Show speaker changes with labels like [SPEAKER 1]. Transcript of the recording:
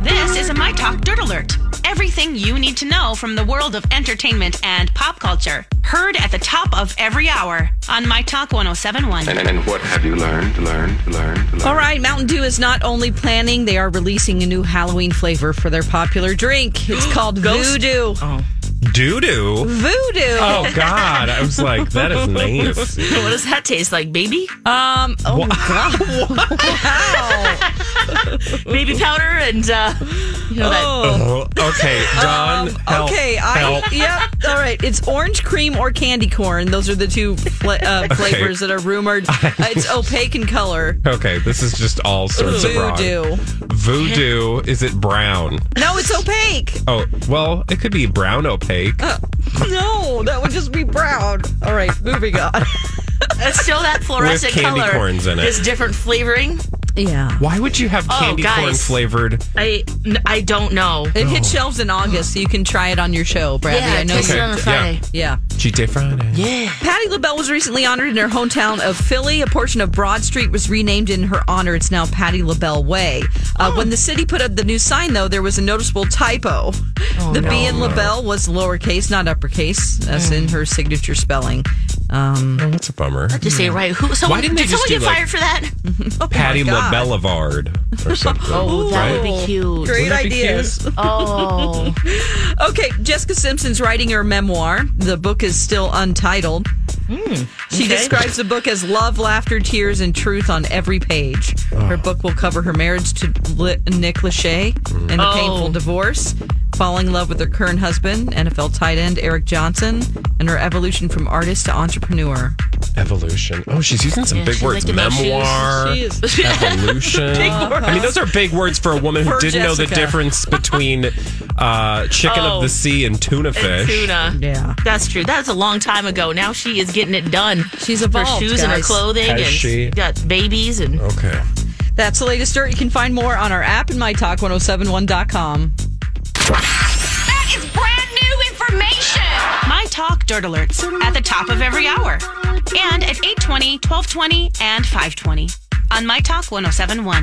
[SPEAKER 1] This is a My Talk Dirt Alert. Everything you need to know from the world of entertainment and pop culture. Heard at the top of every hour on My Talk 1071.
[SPEAKER 2] And, and what have you learned? Learned, learned, learned.
[SPEAKER 3] All right, Mountain Dew is not only planning, they are releasing a new Halloween flavor for their popular drink. It's called Voodoo.
[SPEAKER 4] Doo doo.
[SPEAKER 3] Voodoo.
[SPEAKER 4] Oh God! I was like, that is nice.
[SPEAKER 5] What does that taste like, baby?
[SPEAKER 3] Um, oh, wow.
[SPEAKER 5] Baby powder and uh, you know that.
[SPEAKER 3] Oh.
[SPEAKER 4] Oh, okay, Don. help,
[SPEAKER 3] Um, okay, I
[SPEAKER 4] help.
[SPEAKER 3] yep. All right, it's orange cream or candy corn. Those are the two fla- uh, flavors that are rumored. Uh, it's opaque in color.
[SPEAKER 4] Okay, this is just all sorts of
[SPEAKER 3] Voodoo.
[SPEAKER 4] wrong. Voodoo. Is it brown?
[SPEAKER 3] No, it's opaque.
[SPEAKER 4] Oh, well, it could be brown opaque.
[SPEAKER 3] No, that would just be brown. All right, moving on.
[SPEAKER 5] It's still that fluorescent
[SPEAKER 4] With candy
[SPEAKER 5] color.
[SPEAKER 4] corns in it.
[SPEAKER 5] It's different flavoring.
[SPEAKER 3] Yeah.
[SPEAKER 4] Why would you have
[SPEAKER 5] Oh,
[SPEAKER 4] candy corn
[SPEAKER 5] guys.
[SPEAKER 4] flavored?
[SPEAKER 5] I n- I don't know.
[SPEAKER 3] It
[SPEAKER 4] Oh.
[SPEAKER 3] hits shelves in August, so you can try it on your show, Bradley. I know.
[SPEAKER 5] taste
[SPEAKER 3] you
[SPEAKER 5] it on a
[SPEAKER 4] Okay,
[SPEAKER 5] Friday.
[SPEAKER 3] Yeah.
[SPEAKER 4] GTA Friday. Yeah.
[SPEAKER 3] Patty LaBelle was recently honored in her hometown of Philly. A portion of Broad Street was renamed in her honor. It's now Patty LaBelle Way. Uh, When the city put up the new sign, though, there was a noticeable typo. the B in LaBelle was lowercase, not uppercase, as in her signature spelling. Um,
[SPEAKER 4] That's Oh, a bummer.
[SPEAKER 5] Just say it right. Who? Someone,
[SPEAKER 4] Hmm. didn't they
[SPEAKER 5] did
[SPEAKER 4] just
[SPEAKER 5] someone
[SPEAKER 4] do,
[SPEAKER 5] get
[SPEAKER 4] like-
[SPEAKER 5] fired for that?
[SPEAKER 4] Patty
[SPEAKER 3] Oh God.
[SPEAKER 4] LaBellivard or something. oh,
[SPEAKER 5] That would be cute.
[SPEAKER 3] great
[SPEAKER 4] that be cute?
[SPEAKER 3] ideas.
[SPEAKER 5] Oh,
[SPEAKER 3] Okay, Jessica Simpson's writing her memoir. The book is still untitled. Hmm, She describes the book as love, laughter, tears, and truth on every page. Her book will cover her marriage to Li- Nick Lachey and the
[SPEAKER 5] Oh.
[SPEAKER 3] painful divorce, falling in love with her current husband, NFL tight end Eric Johnson, and her evolution from artist to entrepreneur.
[SPEAKER 4] Evolution. Oh, she's using some
[SPEAKER 5] Yeah,
[SPEAKER 4] big
[SPEAKER 5] she
[SPEAKER 4] words.
[SPEAKER 5] liked about shoes.
[SPEAKER 4] Memoir.
[SPEAKER 3] She is-
[SPEAKER 4] Evolution. I mean, those are big words for a woman who
[SPEAKER 3] For
[SPEAKER 4] didn't know the
[SPEAKER 3] Jessica.
[SPEAKER 4] difference between uh, chicken
[SPEAKER 5] Oh.
[SPEAKER 4] of the sea and tuna fish.
[SPEAKER 5] and tuna.
[SPEAKER 3] Yeah.
[SPEAKER 5] That's true. That's a long time ago. Now she is getting it done.
[SPEAKER 3] She's evolved,
[SPEAKER 5] Her shoes and her
[SPEAKER 3] guys.
[SPEAKER 5] clothing,
[SPEAKER 4] Has
[SPEAKER 5] and
[SPEAKER 4] she? Oh,
[SPEAKER 5] got babies and.
[SPEAKER 4] Okay.
[SPEAKER 3] That's the latest dirt. You can find more on our app and mytalk1071.com.
[SPEAKER 6] That is brand new information.
[SPEAKER 1] My Talk Dirt Alerts at the top of every hour. And at 820, 1220, and 520 on My Talk 1071.